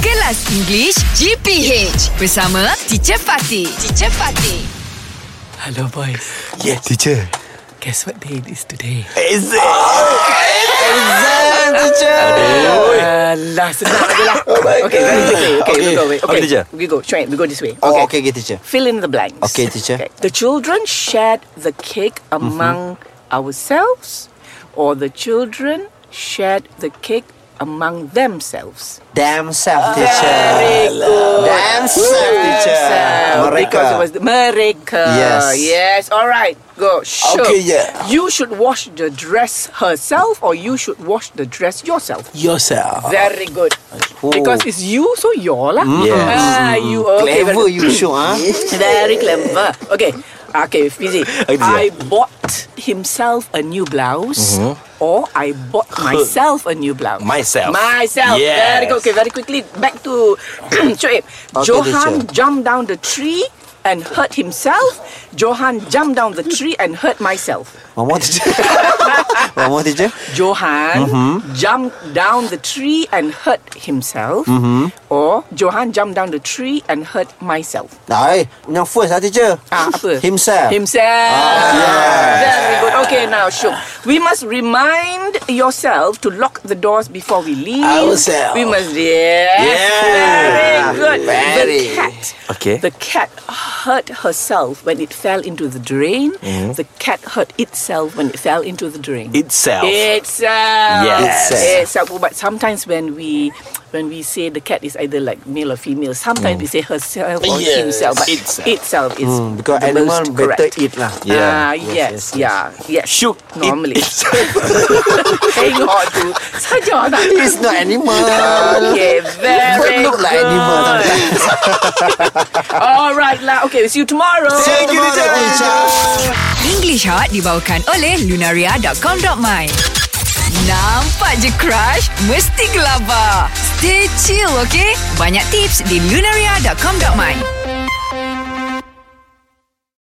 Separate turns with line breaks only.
Kelas English GPH bersama Teacher Fatih. Teacher Fatih.
Hello, boys.
Yes. Teacher.
Guess what day it is today?
Is it? Exam, teacher.
Uh, last okay, okay, okay, okay, we go, wait,
Okay,
okay,
teacher.
we go, straight, we go this way.
Oh, okay, okay, teacher.
Fill in the blanks.
Okay, teacher.
The children shared the cake among ourselves, or the children shared the cake among themselves.
Damn self, teacher. Damn self, teacher.
Themselves,
Mereka.
Because it was the, mereka.
Yes.
Yes. All right. Go. Sure.
Okay, yeah.
You should wash the dress herself, or you should wash the dress yourself.
Yourself.
Very good.
Oh.
Because it's you, so you're lah.
Yes.
Ah, you okay,
Clever
very-
you show, ah.
Very clever. Okay. Okay, Fizi.
Okay,
I bought himself a new blouse. Or I bought myself a new blouse.
Mm-hmm. Myself.
Myself.
Yes.
Very good. Okay, very quickly. Back to Shoaib. Johan jumped down the tree and hurt himself. Johan jumped down the tree and hurt myself.
One more, teacher. One more, teacher.
Johan
Mm-hmm.
jumped down the tree and hurt himself,
Mm-hmm.
or Johan jumped down the tree and hurt myself.
Ay, eh. yang first lah, teacher.
Ah, apa?
Himself. Ah,
Himself.
yeah.
Very good. Okay, now, Shuk. We must remind yourself to lock the doors before we leave.
Ourself.
We must, yes.
Yeah.
Very good.
Very.
The cat.
Okay.
The cat hurt herself when it fell into the drain.
Mm-hmm.
The cat hurt itself when it fell into the drain.
Itself.
It's
Yes.
It's But sometimes when we when we say the cat is either like male or female, sometimes we say herself or
Mm. Yes.
himself. But
Itself.
itself, is
Hmm, because
the
animal
most
better
correct.
eat lah.
Yeah.
Yes,
yes, Yeah. Yes.
Shook it
Normally. Hang on to. Saja tak?
It's not animal.
Okay, very
Look like
good.
animal sometimes.
All right, lah. Okay, we'll see you tomorrow.
Thank you, teacher.
English Hot dibawakan oleh lunaria.com.my. Nampak je crush? Mesti gelabah. Stay chill, okay? Banyak tips di lunaria.com.my.